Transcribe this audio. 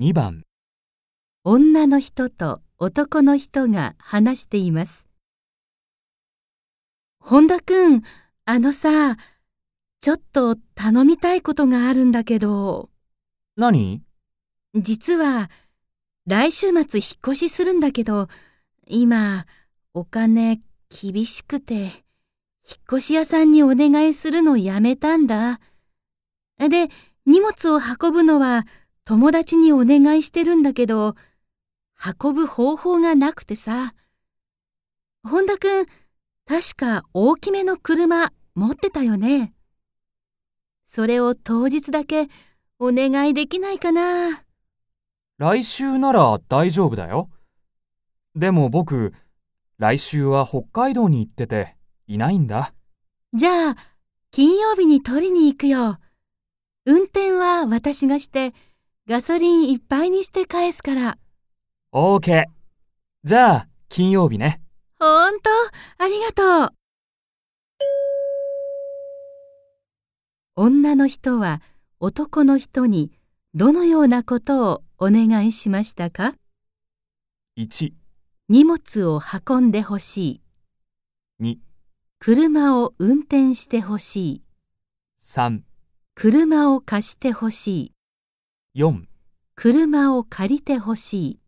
2番、女の人と男の人が話しています。本田くん、あのさ、ちょっと頼みたいことがあるんだけど、何実は来週末引っ越しするんだけど、今お金厳しくて、引っ越し屋さんにお願いするのやめたんだ。で、荷物を運ぶのは友達にお願いしてるんだけど、運ぶ方法がなくてさ。本田くん、確か大きめの車持ってたよね。それを当日だけお願いできないかな。来週なら大丈夫だよ。でも僕、来週は北海道に行ってて、いないんだ。じゃあ、金曜日に取りに行くよ。運転は私がして、ガソリンいっぱいにして返すから。 OK。じゃあ、金曜日ね。ほんと、ありがとう。女の人は男の人にどのようなことをお願いしましたか1、荷物を運んでほしい。に車を運転してほしい。 3、車を貸してほしい。 4。車を借りてほしい。